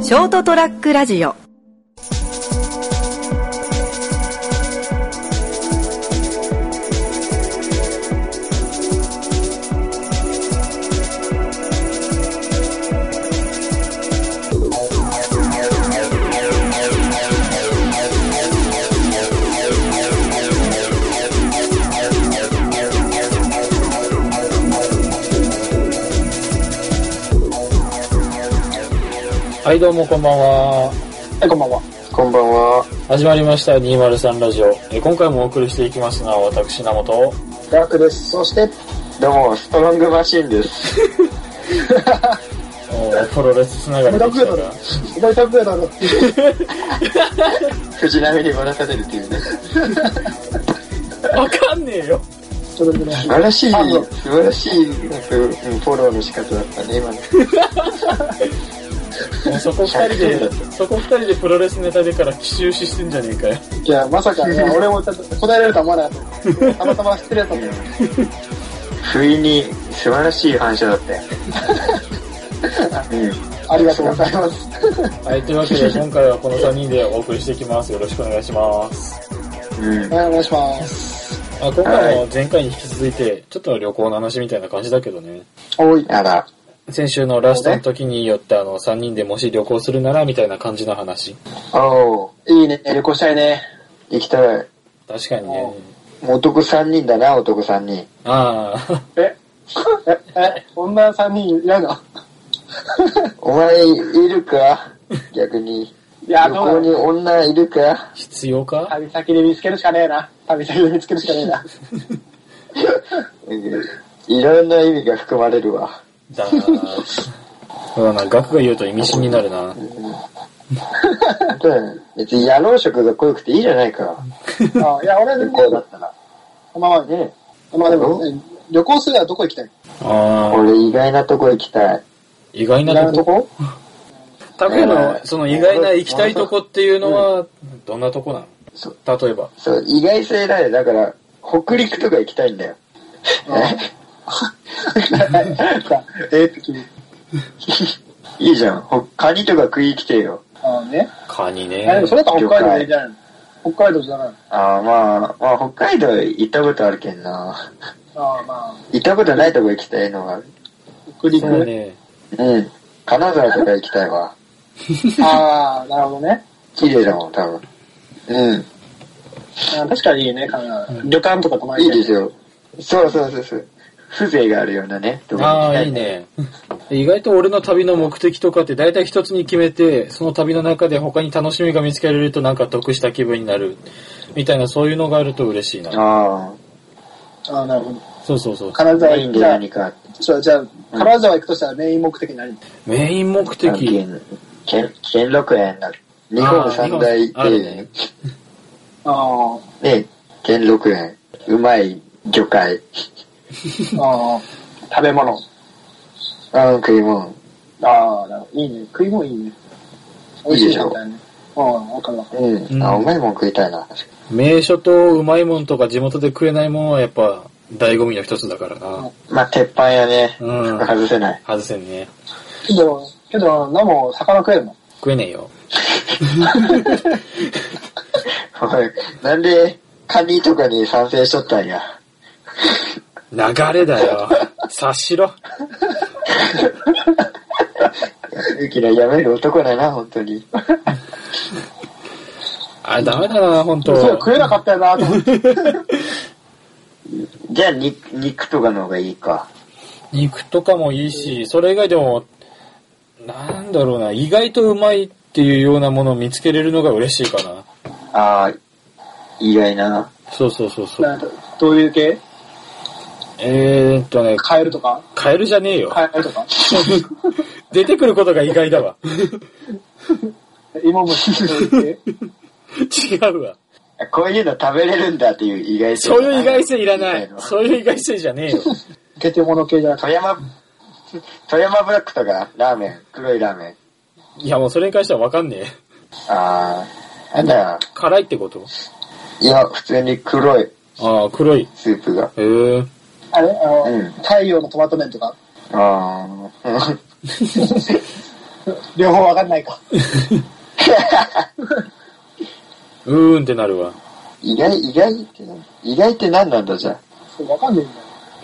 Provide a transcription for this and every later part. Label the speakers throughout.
Speaker 1: ショートトラックラジオ
Speaker 2: はい、どうもこんばんは。
Speaker 3: はい、こんばんは。こんばんは。
Speaker 2: 始まりました、203ラジオ。えー今回もお送りしていきますのは、私、名本。
Speaker 3: ダークです。そして、どうも、ストロングマシンです。
Speaker 2: おープロレスつながりで来たから。
Speaker 4: お前拓也だろっていう
Speaker 3: 藤波に笑かせるっていうね。
Speaker 2: わかんねえよ。
Speaker 4: 人だけど、
Speaker 3: 素晴らしい、素晴らしい、なんか、うんフォローの仕方だったね、今ね。
Speaker 2: もうそこ二人で、 そこ二人でプロレスネタでから奇襲死してんじゃねえかよ。
Speaker 4: いや、まさか、いや俺もちょっと答えられるとは思わなかった。たまたま失礼だったんだよ。
Speaker 3: 不意に素晴らしい反射だったよ。うん。
Speaker 4: ありがとうございます。
Speaker 2: はい、というわ けで、今回はこの3人でお送りしていきます。よろしくお願いします。
Speaker 3: うん。
Speaker 4: はい、お願いします。
Speaker 2: まあ、今回も前回に引き続いて、ちょっと旅行の話みたいな感じだけどね。
Speaker 4: おい。
Speaker 3: あら、
Speaker 2: 先週のラストの時によって、あの、3人でもし旅行するなら、みたいな感じの話。
Speaker 3: おう、
Speaker 4: いいね、旅行したいね。
Speaker 3: 行きたい。
Speaker 2: 確かにね。
Speaker 3: もう男3人だな、男3人。
Speaker 2: ああ。
Speaker 4: え、え、え、女3人いないの
Speaker 3: お前、いるか逆に。
Speaker 4: いや、
Speaker 3: 旅
Speaker 4: どうだ
Speaker 3: 行
Speaker 4: ろう
Speaker 3: に女いるか
Speaker 2: 必要か
Speaker 4: 旅先で見つけるしかねえな。旅先で見つけるしかねえ な。
Speaker 3: うんいろんな意味が含まれるわ。
Speaker 2: だなぁそうだな、額が言うと意味深になるな。
Speaker 3: 本当だよね別に野郎色が濃くていいじゃないか。
Speaker 4: あいや、俺
Speaker 3: 旅
Speaker 4: は全
Speaker 3: 行だ
Speaker 4: 然、
Speaker 3: ったら。
Speaker 4: まあまあね。
Speaker 3: ね
Speaker 4: まあでも、ね旅行するならどこ行きたい
Speaker 2: ああ、
Speaker 3: 俺意外なとこ行きたい。
Speaker 2: 意外
Speaker 4: 意外
Speaker 2: な
Speaker 4: な
Speaker 2: と
Speaker 4: と
Speaker 2: こ。
Speaker 4: こ
Speaker 2: タケの、その意外な行きたいとこっていうのは、どんなとこな
Speaker 3: そ
Speaker 2: の例えば。
Speaker 3: そう、意外性だよ。だから、北陸とか行きたいんだよ。
Speaker 4: えって君。
Speaker 3: いいじゃん。ほカニとか食いに来てよ。
Speaker 4: ああね。
Speaker 2: カニ
Speaker 4: あで
Speaker 2: ね
Speaker 4: も。それだったら北海道でいいんじゃないの北海道じゃないの
Speaker 3: ああ、まあ、まあ、北海道行ったことあるけんな。
Speaker 4: ああ、まあ。
Speaker 3: 行ったことないとこ行きたいのがある。
Speaker 4: 北陸
Speaker 2: そうね。
Speaker 3: うん。金沢とか行きたいわ。
Speaker 4: ああ、なるほどね。
Speaker 3: 綺麗だもん、多分。うん。
Speaker 4: あ ー確かにいいね、カナダ旅館とか泊まり
Speaker 3: いい
Speaker 4: た
Speaker 3: ですよ。そうそうそうそう。風情があるようなね。とこに行き
Speaker 2: ああ、
Speaker 3: た
Speaker 2: いい。ね。意外と俺の旅の目的とかって大体一つに決めて、その旅の中で他に楽しみが見つけられるとなんか得した気分になる。みたいなそういうのがあると嬉しいな。
Speaker 3: あ
Speaker 4: ああ、なるほど。
Speaker 2: そうそうそう。
Speaker 4: 金
Speaker 3: あ、
Speaker 4: 沢
Speaker 3: いい
Speaker 4: 行
Speaker 3: ん
Speaker 4: く
Speaker 3: で
Speaker 4: じゃあ
Speaker 3: 何か。
Speaker 4: じゃあ、じゃあ、金沢行くとしたらメイン目的何
Speaker 2: メイン目的。
Speaker 3: 県、兼兼六園だ。日本三大
Speaker 2: あー
Speaker 3: 庭
Speaker 2: 日本あるね
Speaker 3: 園。
Speaker 4: あ
Speaker 3: ね、兼六園。うまい魚介。
Speaker 4: あ、ああ、 食べ物。
Speaker 3: あん、食い物。
Speaker 4: ああ、なるほど。いいね。食い物いいね。美味しいみたいね。ああ、わかるわかる。
Speaker 3: う
Speaker 2: うん
Speaker 3: ん。あ、うまいもん食いたいな。
Speaker 2: 名所とうまいもんとか地元で食えないもんはやっぱ醍醐味の一つだからな。
Speaker 3: まあ、鉄板やね。
Speaker 2: うん
Speaker 3: 外せない。
Speaker 2: 外せんね。
Speaker 4: けど、けど、ナも魚食えるの
Speaker 2: 食えねえよ。
Speaker 3: おいなんで、カニとかに賛成しとったんや。
Speaker 2: 流れだよ。察しろ。
Speaker 3: ゆきらやめる男だな、本当に。
Speaker 2: あ、ダメだな、本
Speaker 4: そう、
Speaker 2: 当
Speaker 4: 食えなかったよなと思 って。
Speaker 3: じゃあ、に肉とかの方がいいか。
Speaker 2: 肉とかもいいし、それ以外でも、なんだろうな、意外とうまいっていうようなものを見つけれるのが嬉しいかな。
Speaker 3: ああ、意外な。
Speaker 2: そうそうそうそう。
Speaker 4: なんかどういう系
Speaker 2: えーっとね、
Speaker 4: カエルとか
Speaker 2: カエルじゃねえよ。
Speaker 4: カエルと か
Speaker 2: 出てくることが意外だわ。
Speaker 4: 芋虫そういう系
Speaker 2: 違うわ。
Speaker 3: こういうの食べれるんだっていう意外性。
Speaker 2: そういう意外性いらない
Speaker 3: みた。の
Speaker 2: そういう意外性じゃねえよ。
Speaker 4: ゲテモノ系じゃなくて。
Speaker 3: 富山、富山ブラックとか、ラーメン、黒いラーメン。
Speaker 2: いやもうそれに関してはわかんねえ。
Speaker 3: ああ、なんだよ。
Speaker 2: 辛いってこと
Speaker 3: いや、普通に黒い
Speaker 2: ああ、黒い。へ
Speaker 3: スープが。
Speaker 2: えー。
Speaker 4: あれあの、
Speaker 3: うん
Speaker 4: 太陽のトマト麺とか。
Speaker 3: ああ、
Speaker 4: 両方わかんないか。
Speaker 2: うーんってなるわ。
Speaker 3: 意外、意外ってな、意外って何なんだじゃあ。
Speaker 4: そう、わかんないんだ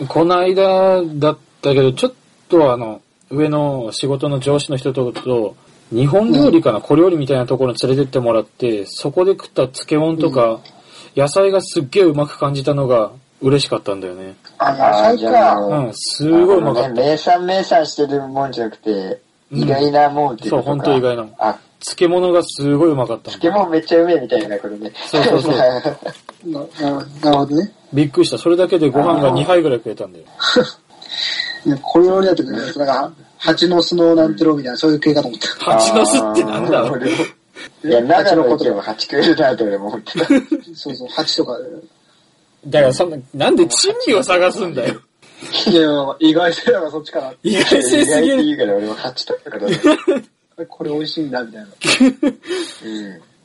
Speaker 4: よ。
Speaker 2: この間だったけど、ちょっとあの、上の仕事の上司の人とと、日本料理かな、小料理みたいなところに連れてってもらって、そこで食った漬物とか、野菜がすっげえうまく感じたのが嬉しかったんだよね。
Speaker 4: あ、
Speaker 3: あ
Speaker 4: 野
Speaker 3: ー
Speaker 4: 菜か。
Speaker 2: うん、すごいうまか
Speaker 3: あ
Speaker 2: っ
Speaker 3: の
Speaker 2: た。
Speaker 3: ね名産名産してるもんじゃなくて、
Speaker 2: うん
Speaker 3: 意外なもんっていう
Speaker 2: そう、
Speaker 3: ことか
Speaker 2: 本当意外なの。
Speaker 3: あ、
Speaker 2: 漬物がすごいうまかったの。
Speaker 3: 漬物めっちゃうめえみたいな、これね。
Speaker 2: そうそう そう。
Speaker 4: なななるほどね。
Speaker 2: びっくりした。それだけでご飯が2杯ぐらい食えたんだよ。
Speaker 4: いや小料理だとね、なんか、蜂のスノーなんてろうみたいな、そういう系かと思った。
Speaker 2: 蜂の巣ってなんだろう。
Speaker 3: ういや、長野のことは蜂食えるなと俺も思ってた。
Speaker 4: そうそう、蜂とか。
Speaker 2: だからそんな、なんで珍味を探すんだよ。
Speaker 4: いや、意外性だからそっちかな。
Speaker 2: 意外性す
Speaker 3: 意外
Speaker 2: ぎ
Speaker 3: って
Speaker 2: る。
Speaker 3: 言うから俺も蜂とかだと思って
Speaker 4: これ美味しいんだ、みたいな。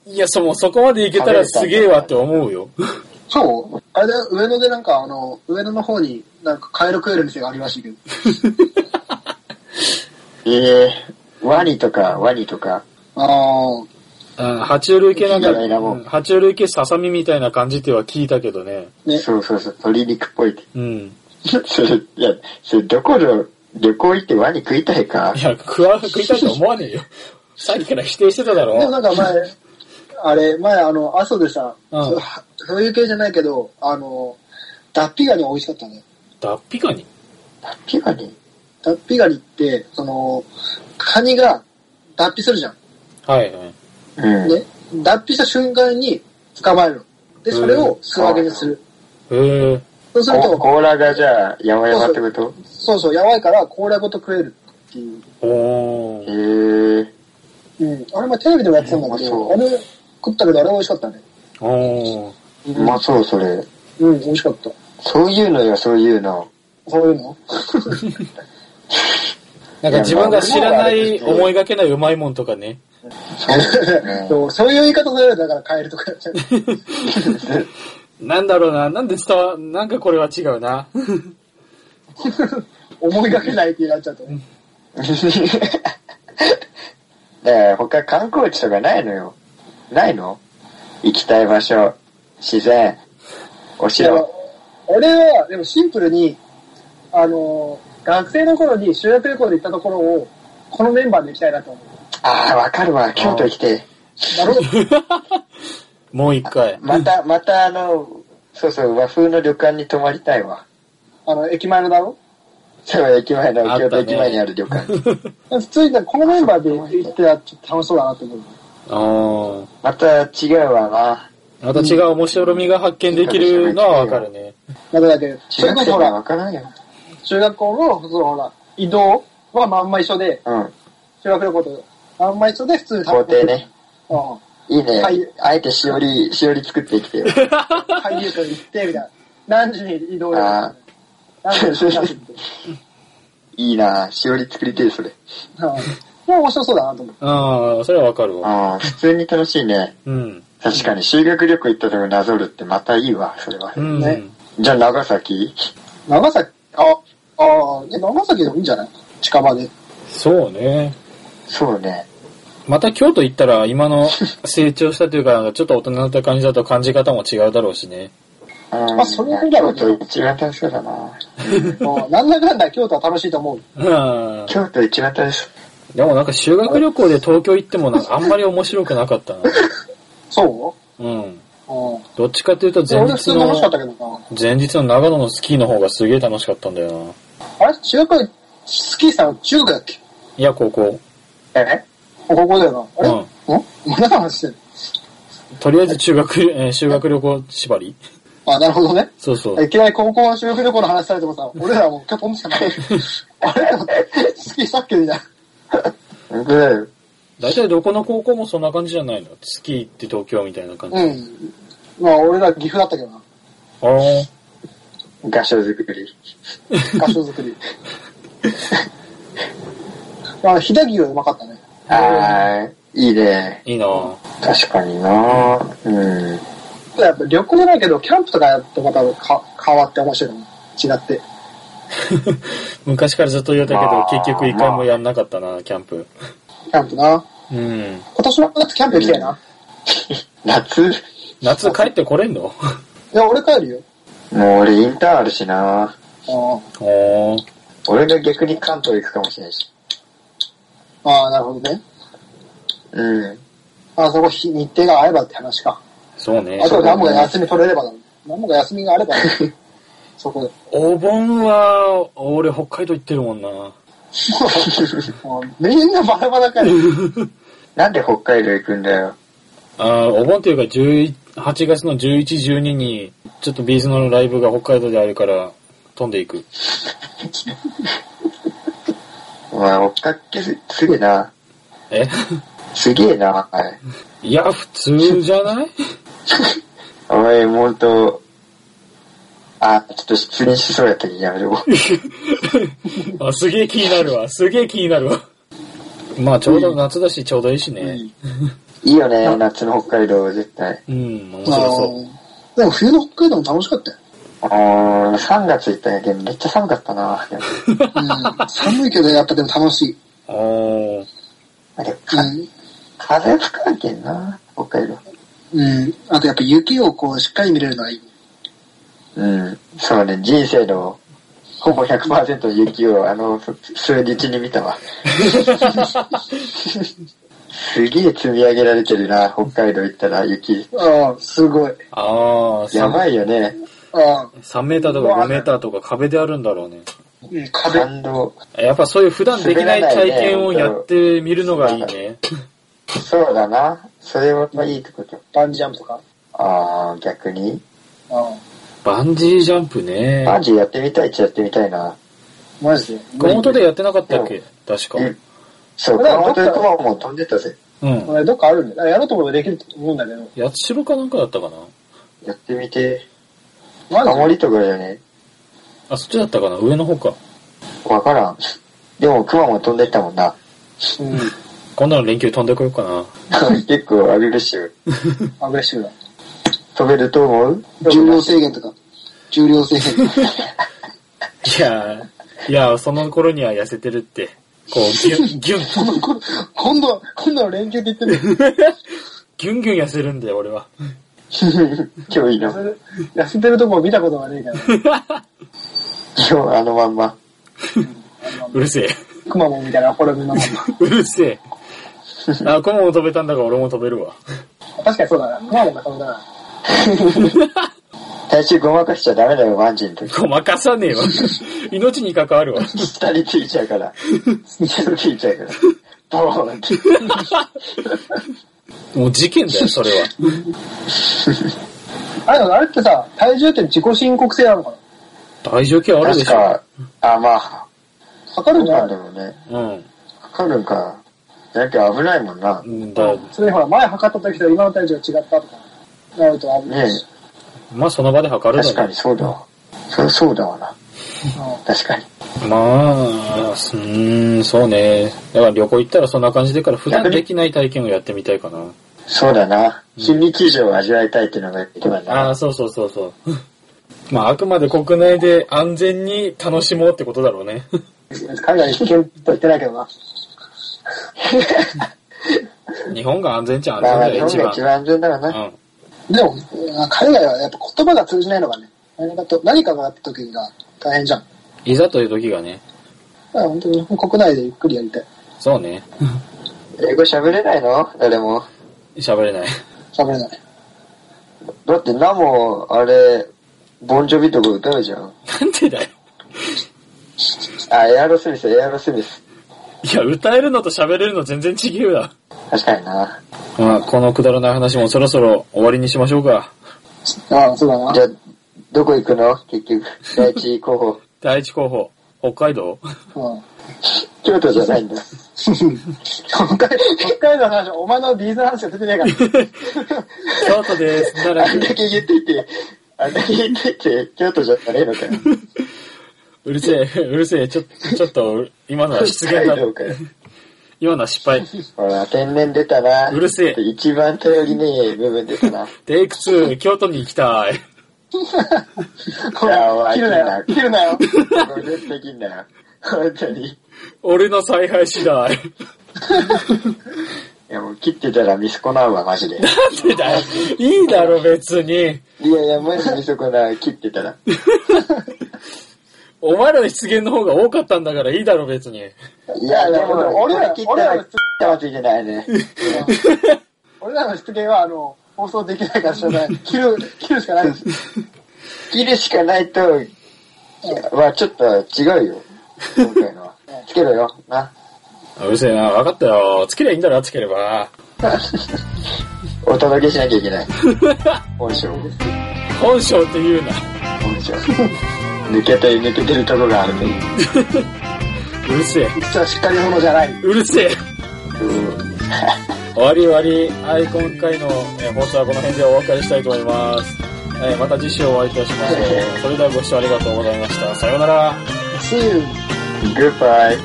Speaker 3: うん。
Speaker 2: いや、そもそこまでいけたらすげえわって思うよ。
Speaker 4: そうあれだよ、上野でなんか、あの、上野の方に、なんか、カエル食える店がありましたけど。
Speaker 3: ええワニとか、ワニとか。
Speaker 4: ああ、
Speaker 2: うん、爬虫類系なんか、
Speaker 3: いいんじゃないなもう
Speaker 2: うん爬虫類系ささみみたいな感じっては聞いたけどね。
Speaker 4: ね、
Speaker 3: そうそうそう、鶏肉っぽいって。
Speaker 2: うん。
Speaker 3: それ、いや、それどこの旅行行ってワニ食いたいか
Speaker 2: い。や、食わ、食いたいと思わねえよ。さっきから否定してただ
Speaker 4: でも
Speaker 2: ろ。
Speaker 4: なんか前、あれ、前あの、阿蘇でさ、
Speaker 2: うん
Speaker 4: そうそういう系じゃないけど、あの、ダッピガニ美味しかったね。
Speaker 2: 脱皮ガニ
Speaker 3: ピカニ
Speaker 4: ダッピガニって、その、カニが脱皮するじゃん。
Speaker 2: はいはい。
Speaker 3: うん。
Speaker 4: ね。脱皮した瞬間に捕まえるの。で、それを素揚げにする。
Speaker 2: へえ。
Speaker 4: そうする
Speaker 3: こ
Speaker 4: と、
Speaker 3: 甲羅がじゃあ、やわやわってこと
Speaker 4: そうそう、やばいから甲羅ごと食えるっていう。
Speaker 2: お
Speaker 3: へ
Speaker 2: ー。
Speaker 3: え。
Speaker 4: うん。あれもテレビでもやってたんだけど、あ
Speaker 3: うん
Speaker 4: れ食ったけどあれ美味しかったね。
Speaker 2: おー。
Speaker 3: うまそう、それ。
Speaker 4: うん、美味しかった。
Speaker 3: そういうのよ、そういうの。
Speaker 4: そういうの
Speaker 2: なんか自分が知らない思いがけないうまいもんとかね。
Speaker 3: ね
Speaker 4: そうそういう言い方されるとだからカエルとかやっちゃう。
Speaker 2: なんだろうな、なんで伝わ、なんかこれは違うな。
Speaker 4: 思いがけないってなっちゃうと。
Speaker 3: だから、他観光地とかないのよ。ないの行きたい場所、自然、お
Speaker 4: いや
Speaker 3: 城。
Speaker 4: 俺は、でもシンプルに、あのー、学生の頃に修学旅行で行ったところを、このメンバーで行きたいなと思う。
Speaker 3: ああ、わかるわ、京都行きて。
Speaker 4: なる ほど。
Speaker 2: もう一回。
Speaker 3: また、またあの、そうそう、和風の旅館に泊まりたいわ。
Speaker 4: あの、駅前のだろ
Speaker 3: そう、駅前の、
Speaker 2: あったね
Speaker 3: 京都駅前にある 旅館。
Speaker 4: 普通に、このメンバーで行ってたらちょっと楽しそうだなと思う。
Speaker 2: あー。
Speaker 3: また違うわな。
Speaker 2: また違う面白みが発見できるのはわかるね。
Speaker 4: なぜだけど、そ
Speaker 3: 中
Speaker 4: れ
Speaker 3: 学
Speaker 4: こ
Speaker 3: 生
Speaker 4: そほ
Speaker 3: は
Speaker 4: ら、
Speaker 3: わからんよ。
Speaker 4: 中学校の、そのほら、移動はまんま一緒で、
Speaker 3: うん。
Speaker 4: 修学旅行と、まんま一緒で普通に
Speaker 3: 校庭ね。
Speaker 4: うん。
Speaker 3: いいね
Speaker 4: はい。
Speaker 3: あえてしおり、しおり作って きてよ。
Speaker 4: 俳優と行って、みたいな。何時に移動
Speaker 3: あ
Speaker 4: だ何時に移動だって。
Speaker 3: いいなしおり作りてえ、それ。
Speaker 4: うんもう面白そうだなと思う。
Speaker 2: ああ、それはわかるわ。
Speaker 3: ああ、普通に楽しいね。
Speaker 2: うん。
Speaker 3: 確かに、修学旅行行ったとこなぞるってまたいいわ、それは
Speaker 2: う。ん。
Speaker 4: ね
Speaker 3: じゃあ、長崎
Speaker 4: 長崎、あ、ああ、じゃあ長崎でもいいんじゃない近場で。
Speaker 2: そうね。
Speaker 3: そうね。
Speaker 2: また京都行ったら今の成長したというか、なんかちょっと大人になった感じだと感じ方も違うだろうしね。
Speaker 3: うん
Speaker 4: あそれ以外は
Speaker 3: 京都一番楽しそうだな
Speaker 4: もうなんだかんだ京都は楽しいと思う。
Speaker 2: うん。
Speaker 3: 京都一番楽しそう。
Speaker 2: でもなんか修学旅行で東京行ってもなんかあんまり面白くなかったな。
Speaker 4: そ
Speaker 2: うん。
Speaker 4: ううん。
Speaker 2: どっちかというと前
Speaker 4: 俺普
Speaker 2: 日
Speaker 4: 通に楽しかった
Speaker 2: の、
Speaker 4: けどな。
Speaker 2: 前日の長野のスキーの方がすげえ楽しかったんだよな。
Speaker 4: あれ中学、スキーさんは中学だっけ
Speaker 2: いや、ここ。
Speaker 3: え
Speaker 4: ここだよな。あれ、
Speaker 2: うん
Speaker 4: んまだ話してる。
Speaker 2: とりあえず中学、えー修学旅行縛り
Speaker 4: あ、なるほどね。
Speaker 2: そうそう。
Speaker 4: いきなり高校の修学旅行の話されて もさ、俺らはもう今日飛んでしかない。あれスキーしたっけみたいな。
Speaker 3: 本当だよ。
Speaker 2: 大体どこの高校もそんな感じじゃないのスキーって東京みたいな感じ。
Speaker 4: うん。まあ俺ら岐阜だったけどな。
Speaker 2: ああ。
Speaker 3: 合唱作り。
Speaker 4: 合唱作り。 まあ、飛騨牛はうまかったね。
Speaker 3: ああ、いいね。
Speaker 2: いいな ぁ。
Speaker 3: 確かになうん。
Speaker 4: やっぱ旅行じゃないけど、キャンプとかやってまたか変わって面白いの。違って。
Speaker 2: 昔からずっと言うたけど、
Speaker 3: まあ
Speaker 2: 結局一回もやんなかったな、キャンプ。
Speaker 4: キャンプな。
Speaker 2: うん。
Speaker 4: 今年の夏キャンプ行きたいな。
Speaker 3: 夏
Speaker 2: 夏帰ってこれんの
Speaker 4: いや、俺帰るよ。
Speaker 3: もう俺インターンあるしな
Speaker 4: あ
Speaker 2: おー。
Speaker 3: 俺が逆に関東行くかもしれないし。
Speaker 4: あ、ああなるほどね。
Speaker 3: うん。
Speaker 4: ああ、そこ日日程が合えばって話か。
Speaker 2: そうね
Speaker 4: あ。と何もが休み取れればだもん。何もが休みがあれば、 そ こで。
Speaker 2: お盆は、俺北海道行ってるもんな。
Speaker 4: ああみんなバラバラかよ。
Speaker 3: なんで北海道行くんだよ。
Speaker 2: あーお盆っていうか11 8月の11、12に、ちょっとビーズのライブが北海道であるから、飛んでいく。
Speaker 3: お前、追っかけすすげえな。
Speaker 2: え
Speaker 3: すげえな。はい
Speaker 2: いや、普通じゃない
Speaker 3: お前、もうほんと、あ、ちょっと失礼しそうやったけどやめとこう。
Speaker 2: あ、すげえ気になるわ。すげえ気になるわ。まあ、ちょうど夏だし、ちょうどいいしね。
Speaker 3: いいよね、夏の北海道、絶対。
Speaker 2: うん、面
Speaker 4: あ
Speaker 2: 白
Speaker 4: あ
Speaker 2: そう。
Speaker 4: でも冬の北海道も楽しかったよ。
Speaker 3: あー、3月行ったんやけど、めっちゃ寒かったな。
Speaker 4: うん、寒いけどやっぱでも楽しい。
Speaker 2: おー。
Speaker 3: あれ、か
Speaker 4: う
Speaker 3: 風吹かんけんな、北海道。
Speaker 4: ん。うん。あとやっぱ雪をこうしっかり見れるのはいい。
Speaker 3: うん。そうね、人生の、ほぼ100%雪を、あの、そ数日に見たわ。すげえ積み上げられてるな、北海道行ったら雪。
Speaker 4: ああ、すごい。
Speaker 2: あー、
Speaker 3: や
Speaker 2: 3
Speaker 3: ばいよね。
Speaker 4: ああ、
Speaker 2: 3メーターとか5メーターとか壁であるんだろうね。
Speaker 4: うん、壁。
Speaker 3: 感動。
Speaker 2: やっぱそういう普段できない体験をやってみるのがいいね。
Speaker 3: そうだな。それはいいってこと。
Speaker 4: バンジージャンプとか。
Speaker 3: あー、逆に。
Speaker 4: ああ、
Speaker 2: バンジージャンプね。
Speaker 3: バンジーやってみたいっちゃやってみたいな。
Speaker 4: マジで。
Speaker 2: 熊本でやってなかったっけ確か。
Speaker 3: うん。そう、
Speaker 4: これ
Speaker 3: 熊本
Speaker 4: はどっ
Speaker 3: で
Speaker 4: か
Speaker 3: 熊本も飛んでったぜ。
Speaker 2: うん。
Speaker 4: 俺どっかあるんだよ。やろうと思えばできると思うんだけど。
Speaker 2: 八代かなんかだったかな
Speaker 3: やってみて。
Speaker 4: マ
Speaker 3: あ
Speaker 4: ジ
Speaker 3: ま
Speaker 4: で
Speaker 3: りとかじゃね。
Speaker 2: あ、そっちだったかな上の方か。
Speaker 3: わからん。でも熊も飛んでったもんな。
Speaker 4: うん。
Speaker 2: 今度の連休飛んでこようかな。
Speaker 3: 結構アグレッシブ。
Speaker 4: アグレッシブだ。
Speaker 3: 飛べると思う
Speaker 4: 重量制限と か。重 量制限とか。
Speaker 2: いやー、いやー、その頃には痩せてるって。こう、ギュン、ギュン、
Speaker 4: 今度、今度の連休って言ってる。
Speaker 2: ギュンギュン痩せるんだよ、俺は。
Speaker 3: 今日いいの。
Speaker 4: 痩せ痩せてるとこ見たことがねえから。
Speaker 3: 今日あのまんま。
Speaker 2: うるせえ。
Speaker 4: くまモンみたいなフォルムのまま。
Speaker 2: うるせえ。あ、コモも飛べたんだから俺も飛べるわ。
Speaker 4: 確かにそうだな。くまモンがそうだな。
Speaker 3: 体重ごまかしちゃダメだよ、バンジーの時。
Speaker 2: ごまかさねえわ。 命に関わるわ。
Speaker 3: 下についちゃうから。下についちゃうから。ボーンって。
Speaker 2: もう事件だよ、それは。
Speaker 4: あれ、あれってさ、体重って自己申告制なのかな
Speaker 2: 体重計あるで
Speaker 3: 確
Speaker 2: しょ。
Speaker 3: か、あ、まあ、ど
Speaker 4: 測る
Speaker 3: うん
Speaker 4: じゃ
Speaker 3: なん
Speaker 4: な
Speaker 3: だ
Speaker 4: いの
Speaker 3: ろうね。
Speaker 2: うん。
Speaker 3: かかるんか。なんか危ないもんな
Speaker 2: う。んだ
Speaker 4: それにほら、前測った時と今の体重が違ったとか、なると危な
Speaker 3: ね
Speaker 4: いし。
Speaker 2: まあ、その場で測る
Speaker 3: 確
Speaker 2: だ
Speaker 3: か
Speaker 2: ね
Speaker 3: に。そうだわ。そそうだわな。
Speaker 4: う
Speaker 3: 確かに。
Speaker 2: まあ、うーん、そうね。だから旅行行ったらそんな感じでから、普段できない体験をやってみたいかな。
Speaker 3: そうだな。心理球場を味わいたいっていうのが一番だ
Speaker 2: あ
Speaker 3: な。
Speaker 2: あ、そうそうそう そう。まあ、あくまで国内で安全に楽しもうってことだろうね。
Speaker 4: ん海外に危険と言ってないけどな。
Speaker 2: 日本が安全じゃ安
Speaker 3: まあ
Speaker 2: 全
Speaker 3: まあ、
Speaker 2: だ
Speaker 3: 日
Speaker 2: よ、
Speaker 3: 本
Speaker 2: 一
Speaker 3: が
Speaker 2: 番
Speaker 3: 一。番安全だろうな。
Speaker 2: うん。
Speaker 4: でも、海外はやっぱ言葉が通じないのがね、何かと何かがあった時が大変じゃん。だ
Speaker 2: いざという時がね。
Speaker 4: から本当に国内でゆっくりやりたい。
Speaker 2: そうね。
Speaker 3: 英語喋れないの誰も。
Speaker 2: 喋れない。
Speaker 4: 喋れない。
Speaker 3: だって、ナも、あれ、ボンジョビとか歌うじゃん。
Speaker 2: なんでだよ。
Speaker 3: あ、エアロスミス、エアロスミス。
Speaker 2: いや、歌えるのと喋れるの全然違うだ。
Speaker 3: 確かにな。
Speaker 2: まあ、このくだらない話もそろそろ終わりにしましょうか。
Speaker 4: ああ、そうだな
Speaker 3: じ。ゃあ、どこ行くの結局、第一 候補。
Speaker 2: 第一候補、北海道
Speaker 4: うん、
Speaker 3: 京都じゃないんだ。
Speaker 4: 北海北海道の話、お前のビーズの話が出てないから。
Speaker 2: 京都です。奈
Speaker 3: あん
Speaker 2: 良
Speaker 3: だ
Speaker 2: く
Speaker 3: け言ってて、あんだけ言ってて、京都じゃねえのかよ。
Speaker 2: うるせえ、うるせえ、ちょ、ちょっと、今のは失
Speaker 3: 北
Speaker 2: 言だ
Speaker 3: 海。道かよ。
Speaker 2: 今のは失敗。
Speaker 3: ほら、天然出たな。
Speaker 2: うるせえ
Speaker 3: 一番頼りねえ部分出たな。
Speaker 2: テイク2、京都に行きたい。
Speaker 4: ほら、切るなよ。切るなよ。
Speaker 3: これ絶対できんなよ。本当に。
Speaker 2: 俺の采配次第。
Speaker 3: いや、もう切ってたら見損なうわ、マジで。い
Speaker 2: なんでだよ。いいだろ、別に。
Speaker 3: やいや、マジ見損なう、切ってたら。
Speaker 2: お前らの失言の方が多かったんだからいいだろ、別に。
Speaker 3: いや、でも、
Speaker 4: 俺
Speaker 3: 俺
Speaker 4: ら
Speaker 3: ら切ったら、
Speaker 4: 俺ら
Speaker 3: 切ったわけじゃないね。
Speaker 4: 俺らの出現は、あの、放送できないからしょうがない。切る、切るしかないです。
Speaker 3: 切るしかないと、はちょっと違うよ。今回のは。つけろよ。な。
Speaker 2: あうるせえな、分かったよ。つけりゃいいんだろ、つければ。
Speaker 3: お届けしなきゃ いけない。本性。
Speaker 2: 本性って言うな。
Speaker 3: 本性。抜けて、抜けてるとこがあるね。
Speaker 2: うるせえ。
Speaker 4: 一応しっかり者じゃない。
Speaker 2: うるせえ。
Speaker 3: うん
Speaker 2: 終わり終わり。はい、今回の、えー放送はこの辺でお別れしたいと思います。えーまた次週お会いいたしましょう。それではご視聴ありがとうございました。さようなら。
Speaker 4: See you.
Speaker 3: Goodbye.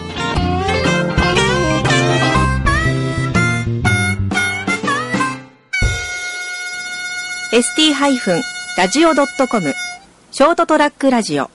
Speaker 1: ST-radio.com ショートトラックラジオ